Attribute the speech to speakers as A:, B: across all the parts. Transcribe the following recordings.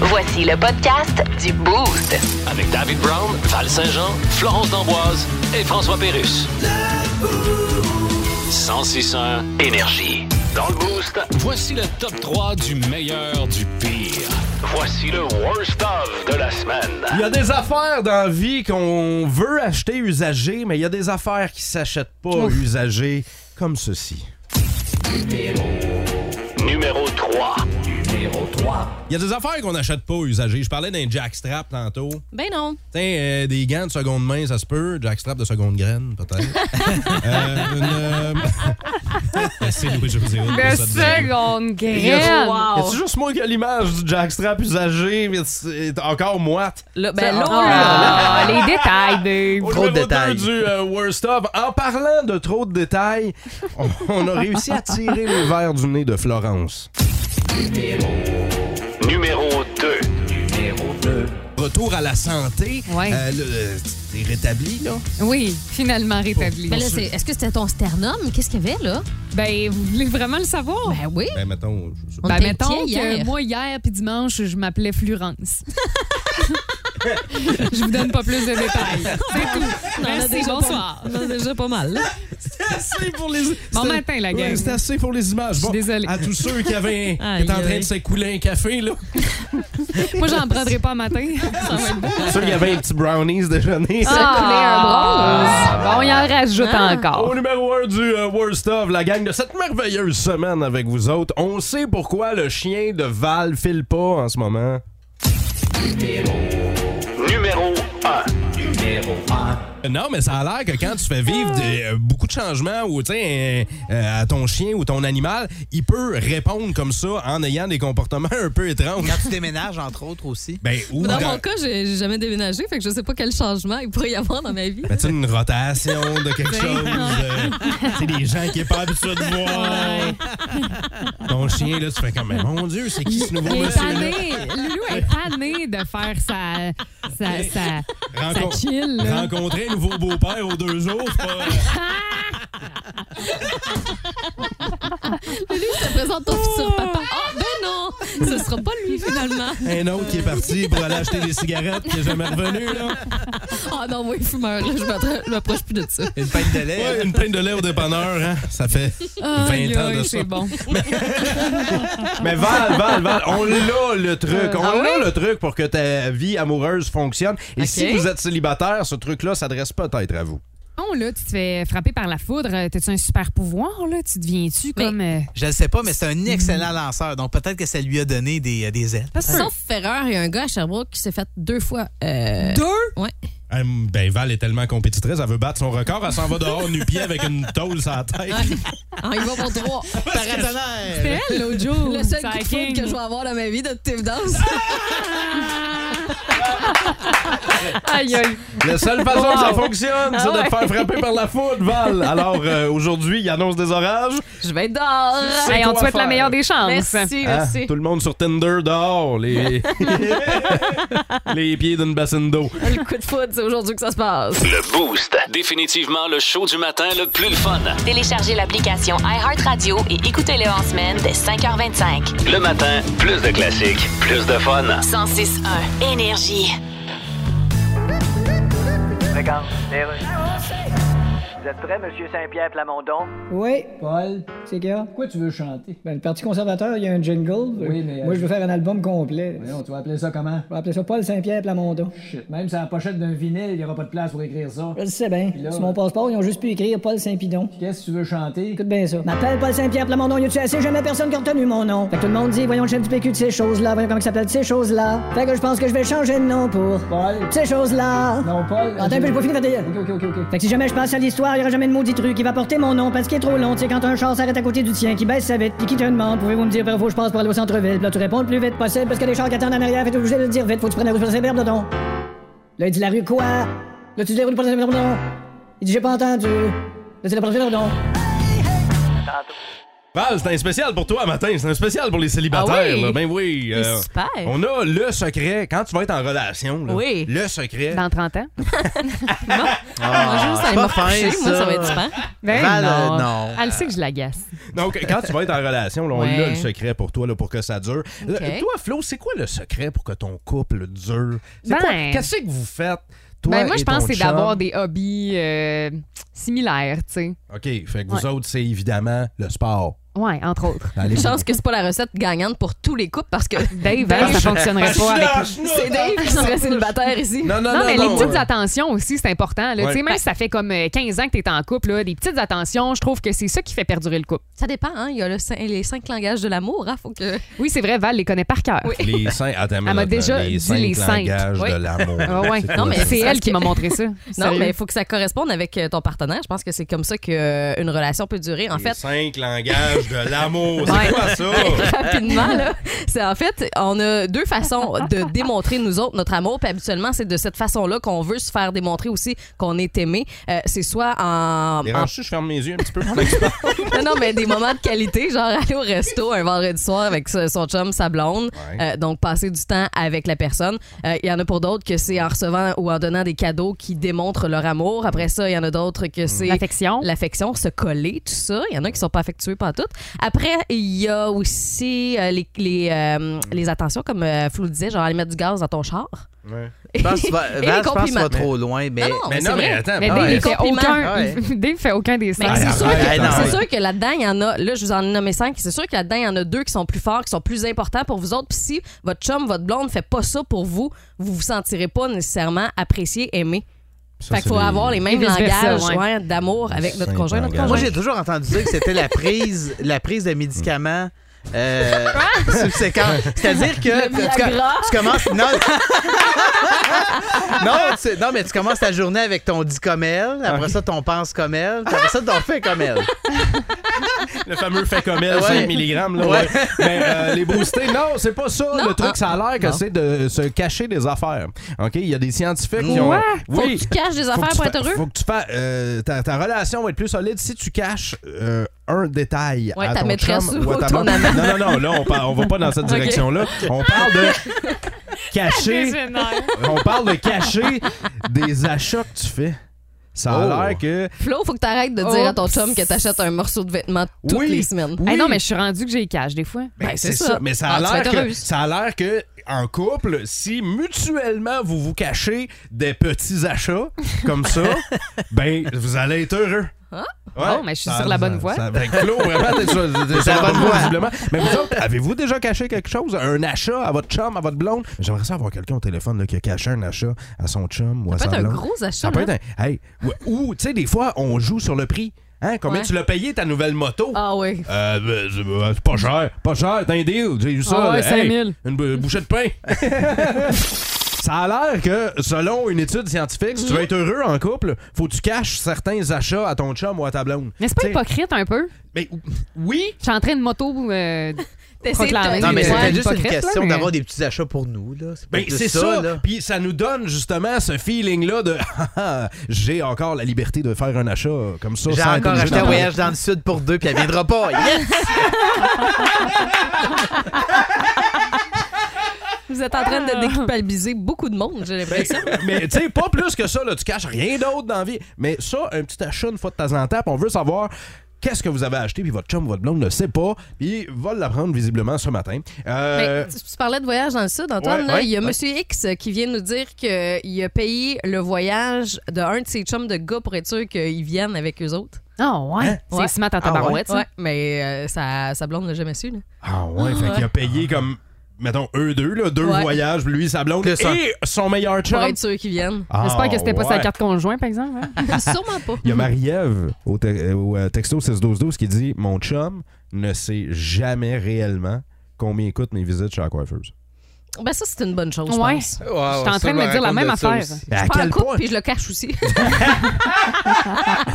A: Voici le podcast du Boost.
B: Avec David Brown, Val Saint-Jean, Florence D'Amboise et François Pérus. 1061 Énergie. Dans le Boost, voici le top 3 du meilleur du pire. Voici le worst of de la semaine.
C: Il y a des affaires dans la vie qu'on veut acheter usagées, mais il y a des affaires qui s'achètent pas usagées, comme ceci.
B: Numéro 3.
C: Il y a des affaires qu'on n'achète pas usagées. Je parlais d'un jackstrap tantôt.
D: Ben non.
C: Tiens, euh, des gants de seconde main, ça se peut. Jackstrap de seconde graine, peut-être. Euh, une, euh, C'est Louis-José Hood pour
E: Le
C: ça te dire.
E: seconde
C: Yes.
E: graine.
C: Y a-tu juste moi qui a l'image du jackstrap usagé, mais c'est encore moite?
E: Là, ben là,
D: Ah.
E: là, les détails,
C: Au
E: babe.
F: Trop de
C: numéro
F: détails.
C: deux du euh, Worst of, en parlant de trop de détails, on, on a réussi à tirer le verre du nez de Florence.
B: Numéro 2.
C: Retour à la santé.
E: Ouais.
C: Euh, le- euh, T'es rétabli, là?
E: Oui, finalement rétabli.
D: Mais là, c'est- est-ce que c'était ton sternum? Qu'est-ce qu'il y avait, là?
E: Ben, vous voulez vraiment le savoir?
D: Ben oui.
C: Ben, mettons, je sais pas.
D: On
E: Ben,
D: était
E: mettons que
D: inquiets hier.
E: moi, hier puis dimanche, je m'appelais Florence. je vous donne pas plus de détails. C'est tout.
D: On en a
E: Merci,
D: déjà
E: bonsoir.
D: pas- on en a déjà pas mal.
C: assez pour les...
E: Bon
C: c'était-
E: matin, la
C: Ouais,
E: gang.
C: C'était assez pour les images.
E: suis
C: Bon,
E: désolée.
C: À tous ceux qui avaient qui étaient en train
D: Aïe.
C: de s'écouler un café, là.
E: Moi, j'en prendrai pas matin. Ça va être bon.
C: Ceux qui avaient un petit brownies déjeuner.
E: Ah, bon, il en rajoute encore.
C: Au numéro 1 du euh, Worst of, la gang de cette merveilleuse semaine avec vous autres. On sait pourquoi le chien de Val file pas en ce moment.
B: Numéro 1.
C: Non, mais ça a l'air que quand tu fais vivre de- euh, beaucoup de changements ou, tu sais, euh, euh, à ton chien ou ton animal, il peut répondre comme ça en ayant des comportements un peu étranges.
F: Quand tu déménages, entre autres aussi.
C: Ben, ou
D: Dans
C: quand-
D: mon cas, j'ai j'ai jamais déménagé, fait que je sais pas quel changement il pourrait y avoir dans ma vie.
C: Ben, tu sais, une rotation de quelque chose. euh, tu sais, des gens qui n'est pas habitués de voir. Ton chien, là, tu fais comme, mais mon Dieu, ben, c'est qui ce nouveau
E: Il est
C: monsieur-là?
E: tanné. Loulou est tanné de faire sa, sa, sa,
C: Rencon-
E: sa chill. là.
C: Rencontrer un nouveau beau-père aux deux jours, c'est pas...
D: Lui, je te présente ton
E: Oh!
D: futur papa. Ah, ben non! Ce sera pas lui, finalement.
C: Un autre qui est parti pour aller acheter des cigarettes qui n'est jamais revenu, là.
D: Ah non, moi, fumeur, là, je m'attra- je m'approche plus de ça.
F: Une peine de lait.
C: Ouais, une pinte de lait au dépanneur, hein? Ça fait 20
E: Aïe,
C: ans de
E: aïe,
C: ça.
E: c'est bon.
C: Mais Val, Val, Val, on l'a le truc. On
E: Ah
C: l'a
E: oui?
C: le truc pour que ta vie amoureuse fonctionne. Et si vous êtes célibataire, ce truc-là s'adresse peut-être à vous.
E: Bon, Oh, là, tu te fais frapper par la foudre. euh, T'as-tu un super pouvoir, là? Tu deviens-tu
D: Mais-
E: comme. euh,
F: Je le sais pas, mais c'est un excellent lanceur. Donc peut-être que ça lui a donné des, euh, des ailes.
D: Sauf Ferreur, il y a un gars à Sherbrooke qui s'est fait deux fois. euh,
E: Deux?
D: Ouais.
C: Ah, Ben, Val est tellement compétitrice, elle veut battre son record, elle s'en va dehors nu-pied avec une tôle sur la tête.
D: Ah, il va pour trois.
F: Paratonnerre!
E: C'est elle, l'autre jour.
D: Le seul
E: Ça
D: coup de foudre
E: king.
D: que je vais avoir dans ma vie de Tim Dance.
E: Aïe, aïe.
C: La seule façon que ça fonctionne, c'est de
E: Ah ouais.
C: te faire frapper par la foudre, Val. Alors, euh, aujourd'hui, il annonce des orages.
D: Je vais être dehors.
C: C'est
E: Hey, on te
C: quoi
E: souhaite la
C: faire?
E: meilleure des chances.
D: Merci,
E: Ah,
C: Hein?
D: merci.
C: Tout le monde sur Tinder dehors, les, les pieds d'une bassine d'eau.
D: Le coup de foudre, c'est aujourd'hui que ça se passe.
B: Le Boost. Définitivement le show du matin le plus le fun.
G: Téléchargez l'application iHeartRadio et écoutez-le en semaine dès 5h25.
B: Le matin, plus de classiques, plus de fun.
G: 106.1 Énergie.
H: Regarde, les rues. Vous êtes prêts, Monsieur Saint-Pierre Plamondon?
I: Oui, Paul. C'est qu'il y a? Pourquoi tu veux chanter? Ben, le Parti conservateur, il y a un jingle. Oui, mais. Moi, je veux faire un album complet. Voyons, tu vas appeler ça comment? Je vais appeler ça Paul Saint-Pierre Plamondon. Shit. Même sur la pochette d'un vinyle, il n'y aura pas de place pour écrire ça. Je le sais bien. Sur mon passeport, ils ont juste pu écrire Paul Saint-Pidon. Qu'est-ce que tu veux chanter? Écoute bien ça. M'appelle Paul Saint-Pierre Plamondon, y a-tu assez jamais personne qui a retenu mon nom? Fait que tout le monde dit, voyons le chef du PQ de ces choses-là, voyons comment il s'appelle de ces choses-là. Fait que je pense que je vais changer de nom pour. Paul. Ces choses-là. Non, Paul. Attends, un peu, j'ai pas fini, fait Ok, ok, ok. Fait que si jamais je passe à l'histoire, il y aura jamais de maudit truc qui va porter mon nom parce qu'il est trop long. Tu sais, quand un char s'arrête à côté du tien, qui baisse sa vite, puis qui te demande, pouvez-vous me dire par où faut que je passe pour aller au centre-ville? Puis là, tu réponds le plus vite possible parce que les chars qui attendent en arrière, fait obligé de le dire vite, faut que tu prennes la rue sur Saint-Berbe, dedans. Là, il dit la rue quoi? Là, tu dis la rue pour Saint-Berbe, dedans. Il dit j'ai pas entendu. Là, c'est la prochaine, dedans.
C: Val, c'est un spécial pour toi matin, c'est un spécial pour les célibataires.
E: Ah oui?
C: là. Ben oui.
E: C'est super.
C: On a le secret quand tu vas être en relation. là,
E: Oui.
C: Le secret.
E: Dans 30 ans.
F: Ah,
D: Bonjour, ça
F: c'est
D: m'a
F: pas fin,
D: fâché, moi, ça va être super.
E: Ben
F: Val, euh,
E: non.
F: non.
E: Elle sait que je l'agace.
C: Donc, quand tu vas être en relation, là, on
E: Ouais.
C: a le secret pour toi là, pour que ça dure. Euh, Toi, Flo, c'est quoi le secret pour que ton couple dure? C'est
E: Ben.
C: quoi- Qu'est-ce que vous faites? Toi
E: ben moi,
C: et
E: je pense
C: ton
E: que c'est d'avoir
C: chum?
E: des hobbies euh, similaires, tu sais.
C: OK, fait que vous autres, c'est évidemment le sport.
E: Ouais, entre autres.
C: Allez-
D: Chance que c'est pas la recette gagnante pour tous les couples parce que
C: Ben
E: Dave, hein, ça fonctionnerait pas avec
D: c'est Dave qui serait célibataire ici.
C: Non, non,
E: Non,
C: non.
E: mais les
C: non.
E: petites attentions aussi, c'est important. là.
C: Ouais.
E: Tu sais, Même si ça fait comme euh, 15 ans que tu es en couple, là, des petites attentions, je trouve que c'est ça qui fait perdurer le couple.
D: Ça dépend, hein. Il y a le cin- les cinq langages de l'amour, hein. Faut que.
E: Oui, c'est vrai, Val les connaît par cœur.
C: Les cinq, attends, une
E: Elle m'a
C: minute,
E: Ah, déjà
C: les
E: dit
C: cinq
E: les cinq.
C: langages
E: Oui.
C: de l'amour.
E: Ah ouais.
C: C'est
E: Non,
C: quoi
E: mais
C: ça?
E: c'est
D: ça,
E: elle
D: c'est
E: qui
D: que-
E: m'a montré ça.
D: Non,
E: Sérieux.
D: mais il faut que ça corresponde avec euh, ton partenaire. Je pense que c'est comme ça qu'une relation peut durer. En
C: Les
D: fait,
C: cinq langages de l'amour.
E: Ouais.
C: C'est quoi ça?
D: rapidement, là, c'est en fait, on a deux façons de démontrer nous autres notre amour. Puis habituellement, c'est de cette façon-là qu'on veut se faire démontrer aussi qu'on est aimé. Euh, c'est soit en, en
C: Dérange-tu, je ferme mes yeux un petit peu.
D: non, non, mais des moments de qualité, genre aller au resto un vendredi soir avec ce- son chum, sa blonde.
C: Ouais.
D: Euh, donc, passer du temps avec la personne. Euh, Il y en a pour d'autres que c'est en recevant ou en donnant des cadeaux qui démontrent leur amour. Après ça, il y en a d'autres que c'est
E: L'affection.
D: l'affection, se coller, tout ça. Il y en a qui sont pas affectueux, pas toutes. Après, il y a aussi euh, les, les, euh, les attentions, comme euh, Flou disait, genre aller mettre du gaz dans ton char.
C: Ouais.
F: Je pense que tu vas-
D: Et les
F: Val, je pense que tu vas
D: compliments.
F: trop loin, mais.
D: Non, non,
C: Mais
D: c'est
C: non, mais
D: vrai.
C: attends.
E: Mais
F: Ah
E: Dave,
F: ouais.
E: il fait
D: Compliment.
E: aucun,
F: Ouais.
E: Dave fait aucun des
D: Mais
E: cinq.
D: c'est sûr,
C: arrête,
D: que-
F: arrête.
D: c'est sûr que là-dedans, il y en a. Là, je vous en ai nommé cinq. C'est sûr que là-dedans, il y en a deux qui sont plus forts, qui sont plus importants pour vous autres. Puis si votre chum, votre blonde fait pas ça pour vous, vous vous sentirez pas nécessairement apprécié, aimé.
C: Ça,
D: fait qu'il
C: c'est
D: faut
C: les-
D: avoir les mêmes
E: Et vice-versa,
D: langages
E: ouais.
D: ouais, d'amour avec notre
C: Cinq
D: conjoint, notre
C: langages.
F: Moi,
D: conjoint.
F: j'ai toujours entendu dire que c'était la prise, la prise de médicaments. Euh, subséquent. C'est-à-dire que tu, tu- tu commences. Non, non, tu- non, mais tu commences ta journée avec ton dicomel, après ça ton pense-comel, puis après ça ton fait-comel.
C: Le fameux fait comme elle,
F: Ouais.
C: 5 mg. Là, ouais.
F: Ouais.
C: Mais euh, les boostés, non, c'est pas ça.
D: Non,
C: le truc,
D: ah,
C: ça a l'air que
D: non.
C: c'est de se cacher des affaires. OK? Il y a des scientifiques qui ont.
E: Ouais?
D: Faut que tu caches des
C: Faut que
D: affaires
C: tu
D: pour
C: fa-
D: être heureux.
C: Faut que tu fasses. euh, ta, ta relation va être plus solide si tu caches euh, un détail.
D: Ouais,
C: à
D: ta
C: ton
D: maîtresse
C: chum
D: ou
C: à ta
D: ton
C: blonde. Non, non, non, là, on, par- on va pas dans cette direction-là. On parle de cacher. on parle de cacher des achats que tu fais. Ça a
F: Oh.
C: l'air que.
D: Flo, faut que tu arrêtes de
E: Oh.
D: dire à ton chum que t'achètes un morceau de vêtement toutes
C: Oui.
D: les semaines.
E: Hey, non, mais je suis rendu que j'ai les cash des fois.
C: Ben,
D: Ben,
C: c'est
D: c'est
C: ça.
D: ça.
C: Mais ça a
D: Ah, tu vas
C: l'air
D: être
C: que,
D: heureuse.
C: ça a l'air que, en couple, si mutuellement vous vous cachez des petits achats comme ça, ben, vous allez être heureux.
E: Bon, mais je suis sur la bonne voie.
C: ça- ben, Claude, vraiment, t'es sur, t'es sur la bonne voie, visiblement. Mais vous autres, avez-vous déjà caché quelque chose? Un achat à votre chum, à votre blonde? J'aimerais ça avoir quelqu'un au téléphone là, qui a caché un achat à son chum ou à
D: Ça
C: sa
D: peut être un
C: blonde.
D: gros achat.
C: Ça peut
D: hein.
C: être un. Hey, ou- ou, tu sais, des fois, on joue sur le prix. Hein, combien
D: Ouais.
C: tu l'as payé ta nouvelle moto?
D: Ah oui.
C: Euh, ben, c'est ben, c'est pas cher, pas cher, t'as un deal, j'ai eu ça.
E: Ah ouais,
C: là.
E: 5 000.
C: une bou- bouchée de pain. ça a l'air que, selon une étude scientifique, si tu veux
E: Mhm.
C: être heureux en couple, faut que tu caches certains achats à ton chum ou à ta blonde.
E: Mais c'est pas
C: T'sais,
E: hypocrite un peu?
C: Mais oui,
E: Je suis en train de moto. euh,
D: T'essayes de-
E: proclamer.
F: Non, mais
E: Ouais,
F: c'était juste une
E: hypocrite, là,
F: question
E: mais-
F: d'avoir des petits achats pour nous. là. C'est pas
C: ben,
F: juste
C: c'est ça.
F: là.
C: Puis ça nous donne justement ce feeling-là de Ah, ah, j'ai encore la liberté de faire un achat comme ça.
F: J'ai
C: sans être
F: encore
C: obligé
F: acheté
C: d'en
F: un
C: parler.
F: voyage dans le sud pour deux, puis elle viendra pas. Yes!
D: Vous êtes en train de déculpabiliser beaucoup de monde, j'ai l'impression.
C: Mais tu sais, pas plus que ça, là, tu caches rien d'autre dans la vie. Mais ça, un petit achat une fois de temps en temps, puis on veut savoir. Qu'est-ce que vous avez acheté, puis votre chum ou votre blonde ne sait pas, puis va l'apprendre visiblement ce matin. Euh,
D: Mais tu tu parlais de voyage dans le sud, Antoine.
C: Ouais,
D: là.
C: ouais,
D: il y a
C: ouais.
D: Monsieur X qui vient nous dire qu'il a payé le voyage d'un de ses chums de gars pour être sûr qu'ils viennent avec eux autres.
E: Ah ouais.
D: Ouais.
E: C'est smart à ta
F: Ah ouais.
E: barouette, ça.
D: Ouais, mais euh, sa, sa blonde l'a jamais su. là.
C: Ah ouais, fait qu'il a payé
E: Ah.
C: comme, mettons, eux deux, là, deux
D: Ouais.
C: voyages, lui, sa blonde,
F: Plus un.
C: et son meilleur chum.
D: Pour être sûr qu'ils viennent.
C: Ah
E: J'espère que c'était pas sa
C: ouais.
E: carte conjoint, par exemple. hein.
D: Sûrement pas.
C: Il y a Marie-Ève au, te- euh, au, euh, texto 61212 qui dit Mon chum ne sait jamais réellement combien coûtent mes visites chez la coiffeuse.
D: Ben ça, c'est une bonne chose, je
E: Ouais.
D: pense.
E: Je suis en train de me dire la même affaire.
C: Ben, à
D: Je prends
C: quel
D: le couple
C: point?
D: puis je le cache aussi.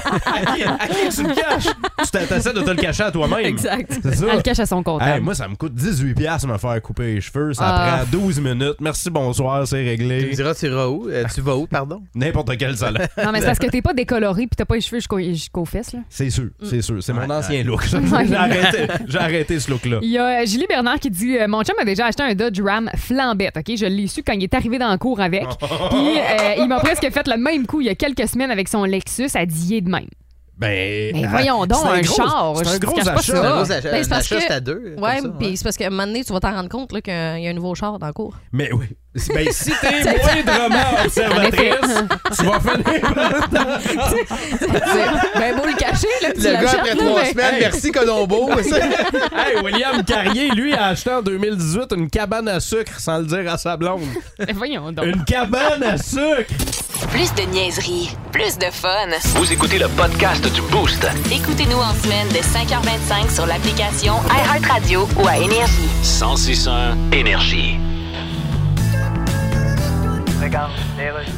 C: À qui, à qui tu le caches? tu t'as- t'essaies de te le cacher à toi-même.
D: Exact.
C: C'est ça.
E: Elle le cache à son comptable.
C: Hey, moi, ça me coûte 18$ piastres me faire couper les cheveux. Ça
E: Ah.
C: prend 12 minutes. Merci, bonsoir, c'est
F: Tu me
C: réglé.
F: diras, tu iras où? Euh, tu vas où, pardon?
E: Ah.
C: N'importe quel salon.
E: Non, mais c'est parce que t'es pas décoloré puis t'as pas les cheveux jusqu'au- jusqu'aux fesses. Là.
C: C'est sûr, c'est sûr. C'est mon
F: Ouais.
C: ancien look. ça.
E: Mm. Ouais.
C: J'ai arrêté, j'ai arrêté ce look-là.
E: Il y a euh, Julie Bernard qui dit euh, Mon chum a déjà acheté un Dodge Ram flambette. OK, je l'ai su quand il est arrivé dans le cours avec. Puis euh, il m'a presque fait le même coup il y a quelques semaines avec son Lexus à Dier de même.
C: Ben,
E: Mais voyons donc,
C: c'est
E: un
C: gros-
E: char,
C: C'est
E: je
C: un
E: te
C: gros
E: cache pas
C: achat.
E: ça.
F: Un
C: là.
F: gros achat-
D: Ben, c'est
F: un
D: parce
F: achat,
D: que-
F: c'est à deux. comme
D: Ouais,
F: ça,
D: puis c'est parce qu'à un moment donné, tu vas t'en rendre compte là, qu'il y a un nouveau char dans le cours.
C: Mais oui. Ben, si t'es moindrement observatrice, tu vas finir.
D: C'est ben beau le cacher, là, tu
F: Le gars,
D: l'achètes,
F: après
D: là,
F: trois
E: ben,
D: mais-
F: semaines, merci Colombo.
C: hey, William Carrier, lui, a acheté en 2018 une cabane à sucre sans le dire à sa blonde.
E: Mais voyons donc.
C: Une cabane à sucre!
G: Plus de niaiserie, plus de fun.
B: Vous écoutez le podcast du Boost.
G: Écoutez-nous en semaine de 5h25 sur l'application iHeartRadio ou à Énergie.
B: 1061 Énergie.
H: Regarde, les rues.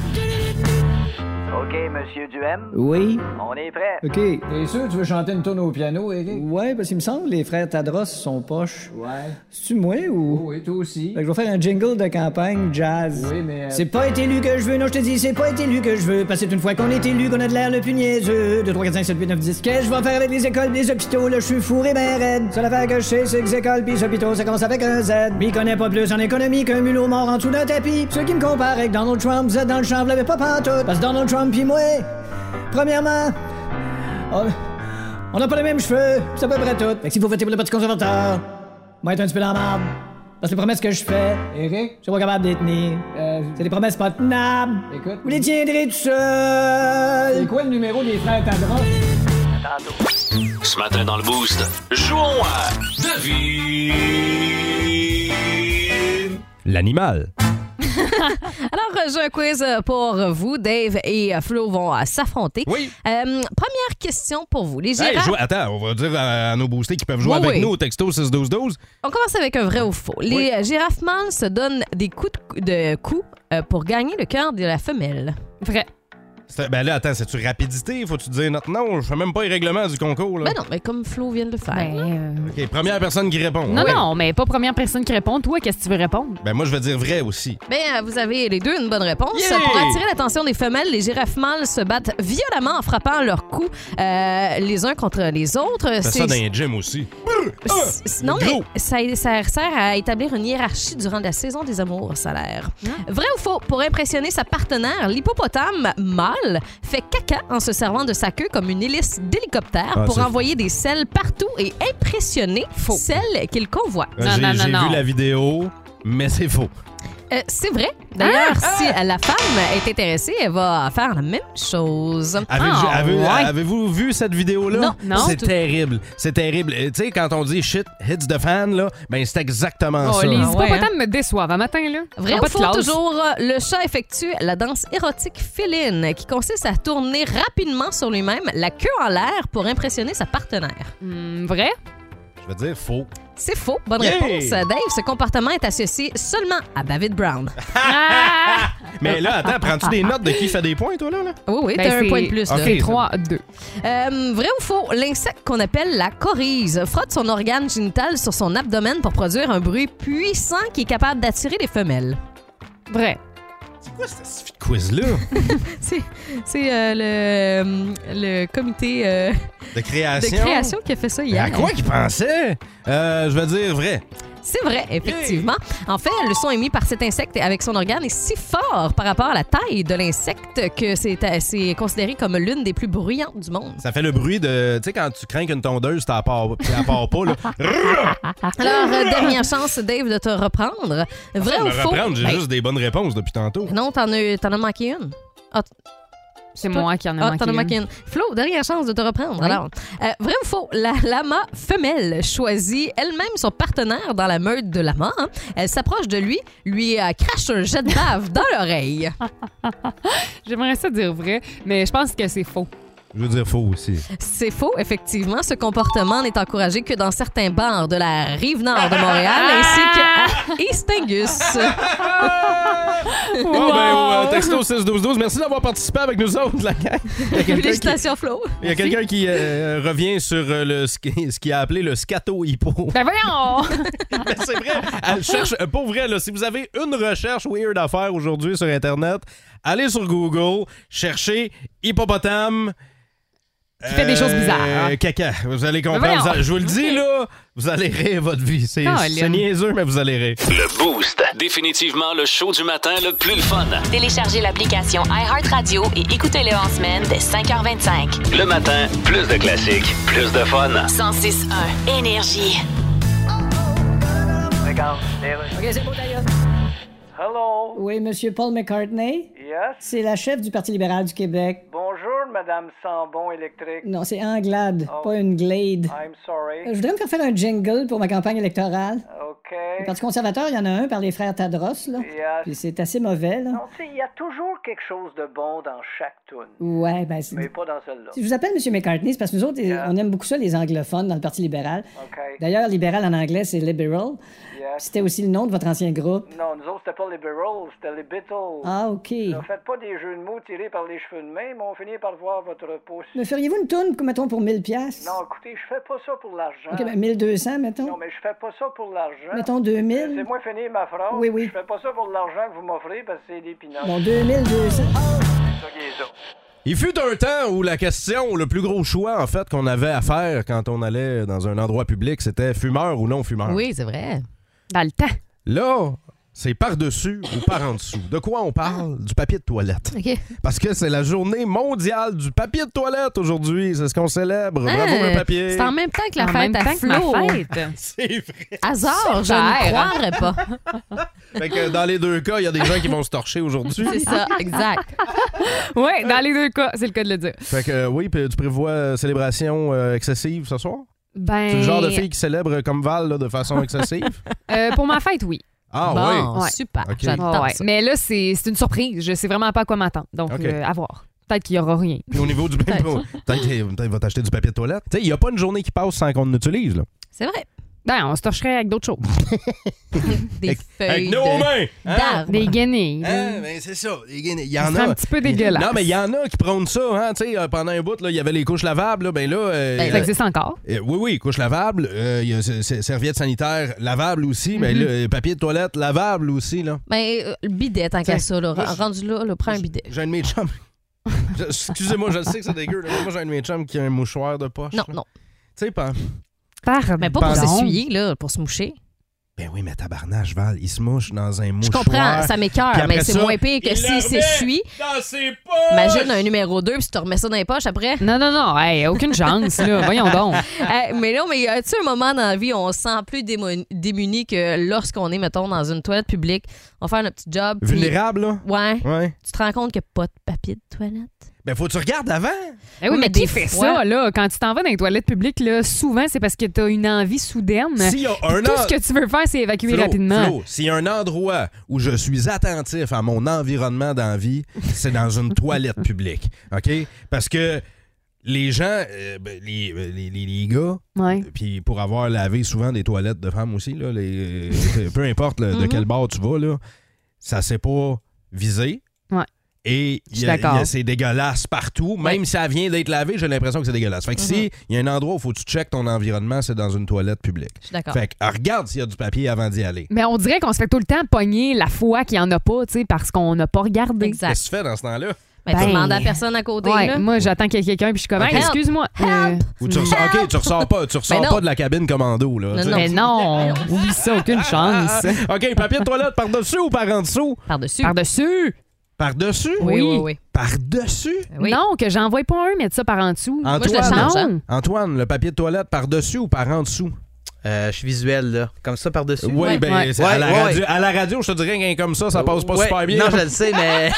H: OK, monsieur Duhem,
I: Oui.
H: on est prêt.
I: OK. T'es sûr que tu veux chanter une tourne au piano, Eric? Ouais, parce qu'il me semble que les frères Tadros sont poches. Ouais. C'est-tu moi ou. Oui, toi aussi. je vais faire un jingle de campagne jazz. Oui, mais. euh, C'est pas être élu que je veux, non, je te dis, c'est pas être élu que je veux. Parce que c'est une fois qu'on est élu qu'on a de l'air le plus niaiseux. 2, 3, 4, 5, 7, 8, 9, 10. Qu'est-ce que je vais faire avec les écoles, les hôpitaux? Là, je suis fourré ben raide. Seule affaire que je sais, c'est que les écoles pis les hôpitaux, ça commence avec un Z. M'y connais pas plus en économie qu'un mulot mort en dessous d'un tapis. Ceux qui me comparent avec Donald Trump, vous êtes dans le champ, vous l'avez pas pantoute. Parce que Donald Trump pis moi, premièrement, on- On n'a pas les mêmes cheveux, c'est à peu près tout. Fait que si vous votez pour le Parti conservateur, on va être un petit peu dans la marde. Parce que les promesses que je fais, Eric, je suis pas capable de les tenir. Euh, c'est des promesses pas tenables. Écoute. Vous les tiendrez tout seul. C'est quoi le numéro des frères Tadros?
B: Ce matin dans le Boost, jouons à David.
C: L'animal.
D: Alors, euh, j'ai un quiz euh, pour vous. Dave et euh, Flo vont euh, s'affronter.
C: Oui.
D: Euh, première question pour vous. Les
C: Hey,
D: girafes,
C: joue- Attends, on va dire à, à nos boostés qui peuvent jouer
D: Oui,
C: avec
D: oui.
C: nous au texto 61212.
D: on commence avec un vrai ou faux. Les euh, girafes mâles se donnent des coups de, de coups, euh, pour gagner le cœur de la femelle.
E: Vrai.
C: C'est- Ben là, attends, c'est-tu rapidité? Faut-tu dire notre nom? Je fais même pas les règlements du concours. Là.
D: Ben non, mais comme Flo vient de le faire.
E: Ben, euh,
C: OK, première personne qui répond.
E: Non,
C: Ouais.
E: non, mais pas première personne qui répond. Toi, qu'est-ce que tu veux répondre?
C: Ben moi, je vais dire vrai aussi.
D: Ben, euh, vous avez les deux une bonne réponse.
C: Yeah!
D: Pour attirer l'attention des femelles, les girafes mâles se battent violemment en frappant leurs coups euh, les uns contre les autres.
C: Fais ça dans les gyms aussi. Ah!
D: C- c- Non,
C: Euh, Gros.
D: mais ça, ça sert à établir une hiérarchie durant la saison des amours, ça a l'air.
C: Hein?
D: Vrai ou faux, pour impressionner sa partenaire, l'hippopotame mâle fait caca en se servant de sa queue comme une hélice d'hélicoptère
C: Ah,
D: pour
C: c'est-
D: envoyer des selles partout et impressionner celles qu'il convoite.
C: Euh,
E: Non,
C: j'ai
E: non, non,
C: j'ai
E: non.
C: vu la vidéo, mais c'est faux.
D: Euh, c'est vrai. D'ailleurs,
C: Hein?
D: si
C: Ah!
D: la femme est intéressée, elle va faire la même chose.
C: Avez-vous
E: Ah,
C: avez-
E: ouais.
C: avez-vous vu cette vidéo-là?
D: Non,
E: non.
C: C'est terrible. C'est terrible. Euh, Tu sais, quand on dit shit, hits the fan, là, ben c'est exactement
E: Oh,
C: ça.
E: les
D: Ah ouais,
E: hippopotames me déçoivent. Un matin, là. Ils
D: Vrai
E: ont
D: ou
E: pas de
D: faux,
E: classe.
D: toujours, euh, le chat effectue la danse érotique féline qui consiste à tourner rapidement sur lui-même la queue en l'air pour impressionner sa partenaire.
E: Hum, vrai?
C: Je veux dire faux.
D: C'est faux. Bonne
C: Yeah!
D: réponse, Dave. Ce comportement est associé seulement à David Brown.
E: Ah!
C: Mais là, attends, prends-tu des notes de qui fait des points, toi, là? là?
D: Oui, oui,
E: Ben,
D: t'as un
E: c'est-
D: point de plus. là.
C: Ok.
E: C'est 3, 2.
D: Euh, vrai ou faux, l'insecte qu'on appelle la coryse frotte son organe génital sur son abdomen pour produire un bruit puissant qui est capable d'attirer les femelles.
E: Vrai.
C: C'est quoi cette suffit de quiz-là?
D: C'est c'est, euh, le, le comité euh,
C: De
D: de
C: création?
D: création qui a fait ça
C: Mais
D: hier.
C: à quoi qu'il pensait? Euh, je veux dire vrai.
D: C'est vrai, effectivement. En fait, le son émis par cet insecte avec son organe est si fort par rapport à la taille de l'insecte que c'est euh, c'est considéré comme l'une des plus bruyantes du monde.
C: Ça fait le bruit de. Tu sais, quand tu crains qu'une tondeuse, t'en part, puis elle part pas, là.
D: Alors, euh, dernière chance, Dave, de te reprendre. Vrai
C: Je
D: ou
C: me
D: faux?
C: reprendre, j'ai
D: Ben,
C: juste des bonnes réponses depuis tantôt.
D: Non, t'en as, t'en as manqué une.
E: C'est
D: toi-
E: moi qui en ai
D: Ah,
E: manqué
D: t'en as
E: une.
D: manqué une. Flo, dernière chance de te reprendre.
E: Oui.
D: Alors, euh, vrai ou faux, la lama femelle choisit elle-même son partenaire dans la meute de lama. hein. Elle s'approche de lui, lui euh, crache un jet de bave dans l'oreille.
E: J'aimerais ça dire vrai, mais je pense que c'est faux.
C: Je veux dire faux aussi.
D: C'est faux, effectivement. Ce comportement n'est encouragé que dans certains bars de la rive nord de Montréal ainsi qu'à East Angus.
C: Bon, ben, euh, texto 6-12-12, merci d'avoir participé avec nous autres, la gang. Il y a quelqu'un qui,
D: Félicitations, Flo.
C: il y a quelqu'un qui, euh, revient sur euh, le, ce qui- ce qu'il a appelé le scato-hippo.
E: Ben voyons!
C: Euh, Mais Ben, c'est vrai. Elle cherche, euh, pour vrai, là, si vous avez une recherche weird à faire aujourd'hui sur Internet, allez sur Google, cherchez hippopotame. Qui
E: fait des choses bizarres. hein.
C: Caca. Vous allez
E: Mais
C: comprendre.
E: voyons.
C: Vous allez- je vous le dis, là, vous allez rire votre vie. C'est
E: Colin.
C: c'est niaiseux, mais vous allez rire.
B: Le Boost. Définitivement le show du matin le plus le fun.
G: Téléchargez l'application iHeartRadio et écoutez-le en semaine dès 5h25.
B: Le matin, plus de classiques, plus de fun.
G: 106.1 Énergie.
H: Regarde, énergie.
I: OK, c'est beau, d'ailleurs.
H: Hello.
I: Oui, Monsieur Paul McCartney,
H: Yes.
I: c'est la chef du Parti libéral du Québec.
H: Bonjour, Madame Sambon électrique.
I: Non, c'est Anglade, pas une Glade.
H: Oh.
I: Euh,
H: I'm
I: Je
H: sorry.
I: voudrais me faire faire un jingle pour ma campagne électorale.
H: OK.
I: Le Parti conservateur, il y en a un par les frères Tadros, là. Puis
H: Yes.
I: c'est assez mauvais, là.
H: Non, tu sais, il y a toujours quelque chose de bon dans chaque tune,
I: Ouais, ben c'est...
H: mais pas dans celle-là.
I: Si je vous appelle M. McCartney, c'est parce que nous autres,
H: Yeah.
I: on aime beaucoup ça, les anglophones, dans le Parti libéral.
H: OK.
I: D'ailleurs, libéral en anglais, c'est liberal.
H: Yes.
I: C'était aussi le nom de votre ancien groupe.
H: Non, nous autres, c'était pas les Beatles, c'était les Beatles.
I: Ah, OK.
H: Ne faites pas des jeux de mots tirés par les cheveux de main, mais on finit par voir votre pouce.
I: Me feriez-vous une tourne, mettons, pour 1000 pièces
H: Non, écoutez, je fais pas ça pour l'argent.
I: OK, ben 1200, mettons.
H: Non, mais je fais pas ça pour l'argent.
I: Mettons
H: Euh, C'est
I: 2000.
H: moi finir ma phrase.
I: Oui, oui.
H: Je fais pas ça pour l'argent que vous m'offrez parce que c'est des pinottes.
I: Bon, 2200.
H: Ça qui est ça.
C: Il fut un temps où la question, le plus gros choix en fait qu'on avait à faire quand on allait dans un endroit public, c'était fumeur ou non fumeur.
D: Oui, c'est vrai.
E: Dans le temps.
C: Là, c'est par-dessus ou par en dessous. De quoi on parle? Du papier de toilette.
D: OK.
C: Parce que c'est la journée mondiale du papier de toilette aujourd'hui. C'est ce qu'on célèbre. Bravo
D: Hein,
C: le papier.
D: C'est en même temps que la
E: en
D: fête
E: même
D: à
E: temps que
D: Flo.
E: ma fête.
C: C'est vrai.
D: Hasard, je ne
E: Super.
D: croirais pas.
C: Fait que dans les deux cas, il y a des gens qui vont se torcher aujourd'hui.
D: C'est ça, exact.
E: Oui, dans les deux cas, c'est le cas de le dire.
C: Fait que euh, oui, puis tu prévois euh, célébration euh, excessive ce soir?
E: Ben,
C: C'est le genre de fille qui célèbre comme Val là, de façon excessive?
E: euh, pour ma fête, oui.
C: Ah oui.
D: bon,
E: oui.
D: super.
C: Ok.
D: J'adore
E: Ah ouais.
D: ça.
E: Mais là, c'est c'est une surprise. Je sais vraiment pas à quoi m'attendre. Donc,
C: Ok.
E: euh, à voir. Peut-être qu'il y aura rien.
C: Puis au niveau du papier,
D: Peut-être.
C: peut-être qu'il peut-être qu'il va t'acheter du papier de toilette. Tu sais, il n'y a pas une journée qui passe sans qu'on l'utilise. là.
D: C'est vrai.
E: Ben, on se torcherait avec d'autres choses.
D: Des
C: Avec- hein?
D: feuilles de-
C: mains!
D: d'arbres.
E: Des guenilles.
C: Hein, ben c'est ça. Les guinées- Il y en
E: C'est
C: a.
E: un petit peu dégueulasse.
C: Non, mais il y en a qui prônent ça. Hein, tu sais, euh, pendant un bout, là, il y avait les couches lavables. Là, ben là, euh,
D: Ben,
E: Ça existe encore.
C: euh, oui, oui, couches lavables. euh, Il y a c- c- serviettes sanitaires lavables aussi. Mais
D: Mhm.
C: papier de toilette lavable aussi. Là.
D: Mais euh, le bidet, tant qu'à
C: Tiens,
D: ça, là.
C: moi, je-
D: Rendu là, là, prends un bidet.
C: J'ai un de mes chums. Je- Excusez-moi, je le sais que c'est dégueu. là, mais Moi, j'ai un de mes chums qui a un mouchoir de poche.
D: Non,
C: là.
D: non.
C: Tu sais, pas.
E: Pardon.
D: Mais pas pour
E: Pardon.
D: s'essuyer, là, pour se moucher.
C: Ben oui, mais tabarnage, Val, il se mouche dans un
D: Je
C: mouchoir.
D: comprends, ça
C: Puis
D: m'écœure,
C: après
D: mais c'est
C: ça,
D: moins pire que
C: il le
D: s'il s'essuie.
C: Dans ses poches!
D: Imagine un numéro 2 puis tu te remets ça dans les poches après.
E: Non, non, non. Hey, aucune chance, là. Voyons donc.
D: Eh, mais là, mais y a-tu un moment dans la vie où on se sent plus démo- démuni que lorsqu'on est, mettons, dans une toilette publique, on fait notre petit job. puis-
C: Vulnérable, là?
D: Ouais.
C: Ouais.
D: Tu te rends compte qu'il n'y a pas de papier de toilette?
C: Ben faut que tu regardes avant.
E: Ben oui,
D: Oui,
E: mais,
D: mais
E: qui
D: des
E: fait
D: fois-
E: ça, là? Quand tu t'en vas dans les toilettes publiques, là, souvent, c'est parce que t'as une envie soudaine.
C: S'il y a un
E: Tout
C: an-
E: ce que tu veux faire, c'est évacuer
C: Flo,
E: rapidement.
C: Flo, s'il y a un endroit où je suis attentif à mon environnement d'envie, c'est dans une toilette publique. OK? Parce que les gens, euh, ben, les, les- les- les gars,
E: Ouais.
C: puis pour avoir lavé souvent des toilettes de femmes aussi, là, les- euh, peu importe là,
E: Mm-hmm.
C: de quel bord tu vas, là, ça s'est pas visé.
E: Ouais.
C: Et il
E: suis
C: y a- il y a-
E: d'accord.
C: c'est dégueulasse partout. Même si ça vient d'être lavé, j'ai l'impression que c'est dégueulasse. Fait que
E: Mm-hmm.
C: si il y a un endroit où faut que tu checkes ton environnement, c'est dans une toilette publique.
D: Je suis d'accord.
C: Fait que ah, regarde s'il y a du papier avant d'y aller.
E: Mais on dirait qu'on se fait tout le temps pogner la foi qu'il n'y en a pas, tu sais, parce qu'on n'a pas regardé.
D: Exact.
C: Qu'est-ce que tu fais dans ce temps-là?
D: Mais tu
E: Ben-
D: demandes à personne à côté,
E: Ouais,
D: là.
E: moi, j'attends qu'il y ait quelqu'un, puis je suis comme, Hey,
D: Help.
E: excuse-moi. Euh,
C: Ou tu ressors, OK, tu ressors pas, tu ressors
D: Ben non.
C: pas de la cabine commando. Là, tu sais.
D: Non.
E: mais non, oublie ça, aucune chance.
C: OK, papier de toilette par-dessus ou par en dessous?
D: Par-dessus.
E: Par-dessus.
C: Par-dessus?
D: Oui, oui, oui.
C: Par-dessus?
D: Oui.
E: Non, que j'envoie pas un, mettre ça par en dessous.
C: Ah,
D: Moi, je le
C: Antoine,
D: change,
E: non.
D: hein.
C: Antoine, le papier de toilette par-dessus ou par en dessous?
F: Euh, je suis visuel, là. Comme ça, par-dessus.
C: Oui, ben,
E: Ouais.
C: c'est- À, la
F: Ouais,
C: radio, à la radio, je te dirais qu'un comme ça, ça passe pas
F: Ouais.
C: super bien.
F: Non, je le sais, mais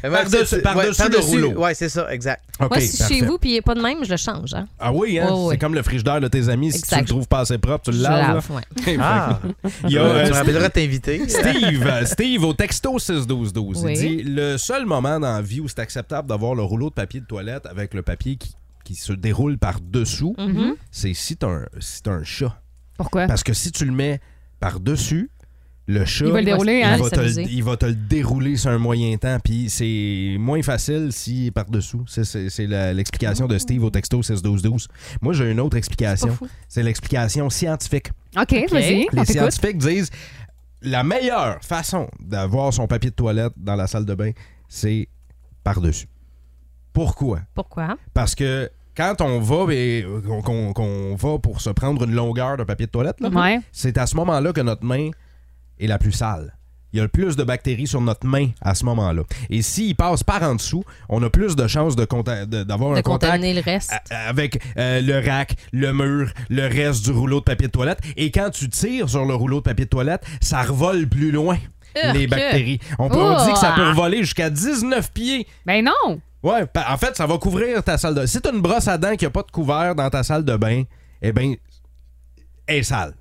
C: Par-dessus- par-dessus le rouleau.
F: Oui, c'est ça, exact.
C: OK,
D: Moi, si je suis
C: parfait.
D: chez vous puis il n'est pas de même, je le change. Hein?
C: Ah oui, hein?
D: Oh, oui.
C: c'est comme le frigidaire de tes amis. Si tu
D: Exact.
C: le trouves pas assez propre, tu le
D: Je
C: laves.
D: lave, ouais.
C: là.
F: Ah,
C: Il y
F: tu
C: a, euh,
F: me rappelleras de t'inviter.
C: Steve, euh, Steve au texto 61212,
D: Oui.
C: il dit le seul moment dans la vie où c'est acceptable d'avoir le rouleau de papier de toilette avec le papier qui, qui se déroule par dessous,
D: Mhm.
C: c'est si t'as un, si t'as un chat.
E: Pourquoi?
C: Parce que si tu le mets par dessus, le chat
E: Il va le dérouler,
C: il
E: hein?
C: va te le-
D: S'amuser.
C: il va te le dérouler sur un moyen temps, puis c'est moins facile si par dessous. C'est- C'est c'est la- l'explication de Steve au texto 61212. Moi, j'ai une autre explication. C'est l'explication scientifique.
E: OK, vas-y, on
C: Les
E: t'écoute.
C: scientifiques disent la meilleure façon d'avoir son papier de toilette dans la salle de bain, c'est par-dessus. Pourquoi?
D: Pourquoi?
C: Parce que quand on va, et qu'on- qu'on qu'on va pour se prendre une longueur de papier de toilette, là,
E: Ouais.
C: c'est à ce moment-là que notre main est la plus sale. Il y a le plus de bactéries sur notre main à ce moment-là. Et s'il passe par en dessous, on a plus de chances de conta- de- d'avoir
D: De
C: un contact
D: contaminer le reste.
E: Ah,
C: a- avec euh, le rack, le mur, le reste du rouleau de papier de toilette. Et quand tu tires sur le rouleau de papier de toilette, ça revole plus loin.
D: Urk.
C: Les bactéries. On, peut, on dit que ça peut
D: Ouah.
C: revoler jusqu'à 19 pieds.
E: Ben non!
C: Ouais, pa- en fait, ça va couvrir ta salle de bain. Si t'as une brosse à dents qui a pas de couvert dans ta salle de bain, eh ben, elle est sale.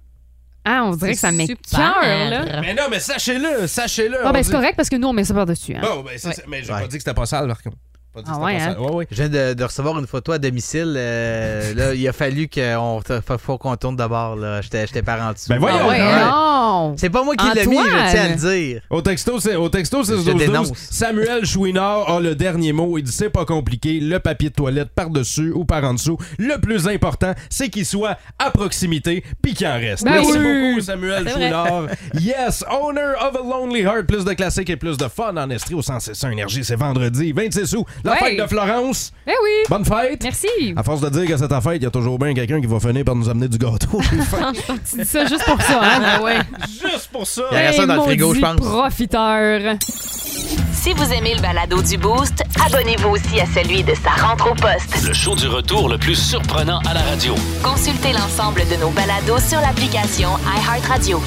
E: Ah, on dirait que ça
D: C'est
E: m'écoeure, là.
C: Mais non, mais sachez-le, sachez-le.
E: Ah. Bon,
C: on
E: ben
C: dit-
E: c'est correct parce que nous, on met ça par-dessus.
F: Ah,
E: Hein.
C: Bon, ben, c'est ça. Mais j'ai pas
F: Ouais.
C: dit que c'était pas sale, par contre. Pas dit que
E: Ah
C: c'était
E: ouais,
C: pas
E: hein?
C: sale. Ouais, ouais.
F: Je viens de, de recevoir une photo à domicile. euh, là, il a fallu qu'on faut- faut qu'on tourne d'abord. là. J'étais j'étais par en dessous.
C: Ben voyons,
E: Ah ouais,
C: ouais.
E: non!
F: C'est pas moi qui l'ai mis,
E: Antoine.
F: je tiens à le dire.
C: Au texto, c'est au texto c'est
F: Je
C: 12,
F: dénonce.
C: 12. Samuel Chouinard a le dernier mot. Il dit c'est pas compliqué. Le papier de toilette par dessus ou par en dessous. Le plus important, c'est qu'il soit à proximité puis qu'il en reste.
E: Ben
C: Merci
E: oui.
C: beaucoup, Samuel
D: C'est vrai.
C: Chouinard. yes, owner of a lonely heart. Plus de classiques et plus de fun en Estrie au 106 Énergie. C'est vendredi, 26 août. La
E: Ouais.
C: fête de Florence.
E: Ben oui!
C: Bonne fête.
E: Merci!
F: Ah.
C: À force de dire que c'est ta fête, il y a toujours bien quelqu'un qui va finir par nous amener du gâteau.
E: Tu dis ça juste pour ça, hein? Ah ouais.
C: Juste pour ça.
F: Il y aurait ça dans le frigo, je pense.
E: profiteur!
G: Si vous aimez le balado du Boost, abonnez-vous aussi à celui de sa rentre au poste.
B: Le show du retour le plus surprenant à la radio.
G: Consultez l'ensemble de nos balados sur l'application iHeartRadio.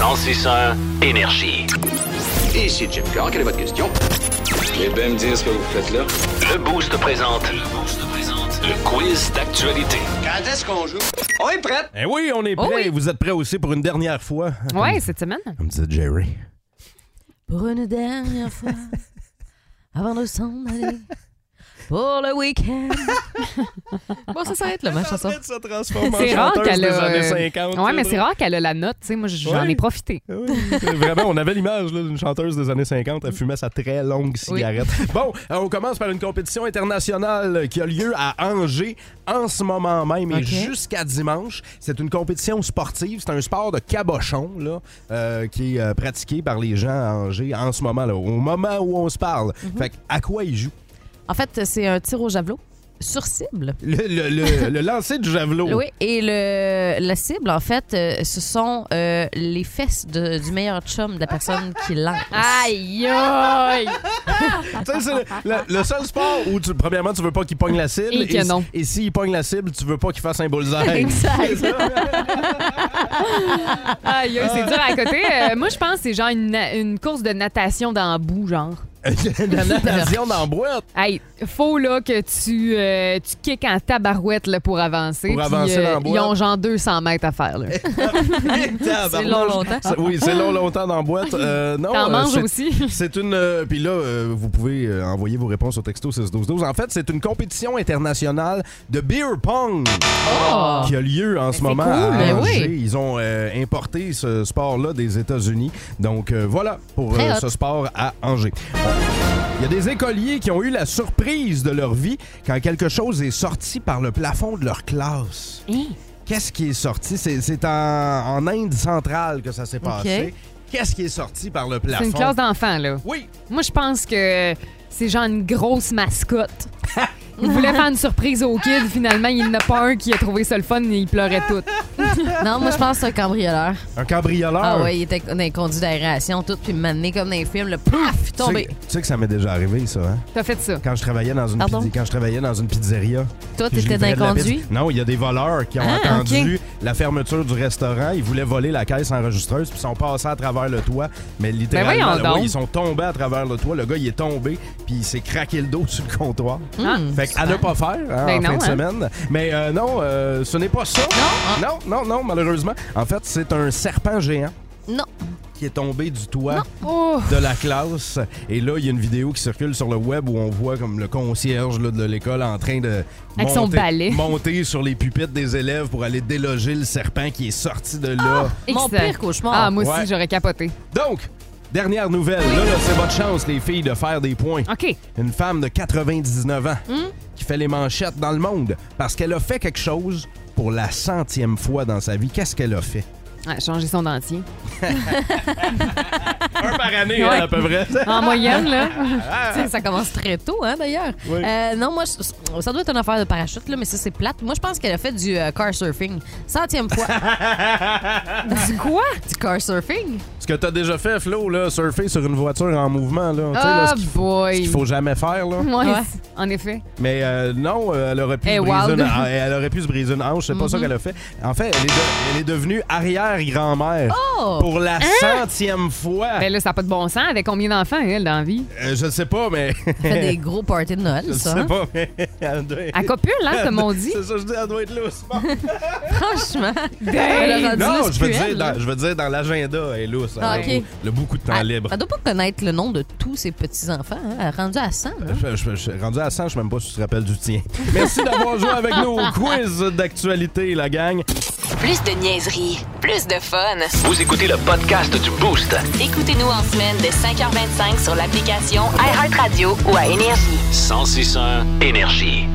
B: 1061 Énergie.
J: Ici Jim Carr, quelle est votre question? Vous bien me dire ce que vous faites là?
B: Le Boost présente. Le Boost présente. Le quiz d'actualité.
J: Quand est-ce qu'on joue? On est prêt!
C: Eh oui, on est prêts.
D: Oh oui.
C: Vous êtes prêts aussi pour une dernière fois.
E: Ouais, cette semaine.
C: Comme disait Jerry.
D: Pour une dernière fois, avant de s'en aller, pour le week-end. bon, ça s'arrête là, ma chanson.
C: de se transformer
E: C'est rare qu'elle a. euh, ouais, mais c'est
C: rare.
E: rare qu'elle a la note. Tu sais, moi, j'en
C: Ouais.
E: ai profité.
C: Vraiment, on avait l'image là, d'une chanteuse des années 50. Elle fumait sa très longue cigarette. Bon, euh, on commence par une compétition internationale qui a lieu à Angers en ce moment même et
D: Ok.
C: jusqu'à dimanche. C'est une compétition sportive. C'est un sport de cabochon là, euh, qui est euh, pratiqué par les gens à Angers en ce moment, là, au moment où on se parle.
E: Mhm.
C: Fait que, à quoi ils jouent?
D: En fait, c'est un tir au javelot sur cible.
C: Le, le- le- le lancer du javelot.
D: Oui, et le, la cible, en fait, euh, ce sont euh, les fesses de- du meilleur chum de la personne qui lance.
E: Aïe, aïe!
C: Tu sais, c'est le, le- le seul sport où, tu, premièrement, tu veux pas qu'il pogne la cible.
E: Et que
C: s-
E: non.
C: Et s'il pogne la cible, tu veux pas qu'il fasse un bullseye.
D: Exact.
E: Aïe, aïe, c'est dur à côté. Euh, moi, je pense que c'est genre une, na- une course de natation dans le bout, genre.
C: La natation dans la boîte.
E: Hey, faut là que tu, euh, tu kicks en tabarouette là, pour avancer. euh,
C: Pour avancer dans la boîte.
E: Ils ont genre 200 mètres à faire. Là.
C: C'est
D: long, longtemps.
C: Oui, c'est long, longtemps dans la boîte. Euh, non,
E: T'en
C: euh,
E: manges
C: c'est-
E: aussi.
C: C'est une. euh, Puis là, euh, vous pouvez euh, envoyer vos réponses au texto 61212. En fait, c'est une compétition internationale de beer pong qui a lieu en ce
E: c'est
C: moment
E: cool,
C: à
E: Oh! mais
C: Angers.
E: oui.
C: Ils ont euh, importé ce sport-là des États-Unis. Donc euh, voilà pour
D: Très
C: euh,
D: hot.
C: ce sport à Angers. Il y a des écoliers qui ont eu la surprise de leur vie quand quelque chose est sorti par le plafond de leur classe.
D: Hein?
C: Qu'est-ce qui est sorti? C'est c'est en, en Inde centrale que ça s'est passé. Qu'est-ce qui est sorti par le plafond?
E: C'est une classe d'enfants, là.
C: Oui,
E: Moi, je pense que c'est genre une grosse mascotte. Il voulait faire une surprise aux kids, finalement, il n'y en a pas un qui a trouvé ça le fun et il pleurait tout.
D: non, moi, je pense que c'est un cambrioleur.
C: Un cambrioleur?
D: Ah oui, il était dans les conduits d'aération, tout, puis m'amener comme dans les films, le plouf, il est tombé.
C: Tu sais, tu sais que ça m'est déjà arrivé, ça, hein?
E: T'as fait ça.
C: Quand je travaillais dans une,
D: Pardon?
C: pizzi- quand je travaillais dans une pizzeria.
D: Toi,
C: puis je
D: t'étais dans
C: livrais
D: les
C: de la pizza-
D: conduits?
C: Non, il y a des voleurs qui ont
D: Ah,
C: attendu
D: ok.
C: la fermeture du restaurant. Ils voulaient voler la caisse enregistreuse, puis ils sont passés à travers le toit. Mais littéralement,
E: voyons
C: là, ouais,
E: donc.
C: ils sont tombés à travers le toit. Le gars, il est tombé, puis il s'est craqué le dos sur le comptoir.
E: Hmm.
C: Fait qu'à ne pas faire hein,
E: Ben
C: en
E: non,
C: fin de
E: hein.
C: semaine. Mais euh, non, euh, ce n'est pas ça. Non, non, non, malheureusement. En fait, c'est un serpent géant
D: Non.
C: qui est tombé du toit
E: Oh,
C: de la classe. Et là, il y a une vidéo qui circule sur le web où on voit comme le concierge là, de l'école en train de
E: Avec son balai.
C: monter sur les pupitres des élèves pour aller déloger le serpent qui est sorti de là.
D: Mon
E: excellent.
D: pire cauchemar.
E: Ah, moi aussi,
C: Ouais.
E: j'aurais capoté.
C: Donc, dernière nouvelle. Là, là, c'est votre chance, les filles, de faire des points.
E: OK. Hmm?
C: Une femme de 99 ans qui fait les manchettes dans le monde parce qu'elle a fait quelque chose pour la centième fois dans sa vie. Qu'est-ce qu'elle a fait?
E: Ah, changer son dentier.
C: Un par année,
E: Ouais.
C: hein, à peu près.
E: En moyenne, là.
D: Tu sais, ça commence très tôt, hein, d'ailleurs. Euh, non, moi, je- ça doit être une affaire de parachute, là, mais ça, c'est plate. Moi, je pense qu'elle a fait du euh, car surfing. Centième fois. du quoi? Du car surfing.
C: Ce que t'as déjà fait, Flo, là, surfer sur une voiture en mouvement, là. Tu sais, là,
E: Ah,
C: ce qu'il faut- ce
E: boy.
C: qu'il faut jamais faire, là.
E: Ouais,
D: Ouais.
E: En effet.
C: Mais euh, non, euh, elle aurait pu,
E: Hey,
C: se briser
E: wild.
C: une, ah, elle aurait pu se briser une hanche. C'est pas ça qu'elle a fait. En fait, elle est, de- elle est devenue arrière-grand-mère
D: Oh!
C: pour la centième fois.
E: Ben là, ça n'a pas de bon sens. Avec combien d'enfants, elle, dans la vie?
C: Euh, je sais pas, mais...
D: Elle fait des gros parties de Noël,
C: je
D: ça.
C: sais
D: hein?
C: pas, mais... elle doit-
E: À copule, hein, comme on dit.
C: C'est ça, je dis, elle doit être là aussi. Bon.
D: Franchement.
E: Dang!
D: Elle a rendu là,
C: non,
D: c'est
C: je veux,
D: plus
C: dire,
D: elle, là.
C: dans, je veux dire, dans l'agenda, elle est lousse.
D: Ah,
C: Elle a
D: ok.
C: beau- Le beaucoup de temps
D: Elle-
C: libre.
D: Elle doit pas connaître le nom de tous ses petits-enfants. Hein? Elle est rendue à 100. là.
C: Je, je- je suis rendu à 100, je sais même pas si tu te rappelles du tien. Merci d'avoir joué avec nous au quiz d'actualité, la gang.
G: Plus de niaiserie, plus de fun.
B: Vous écoutez le podcast du Boost.
G: Écoutez-nous en semaine de 5h25 sur l'application iHeartRadio ou à Énergie.
B: 1061 Énergie.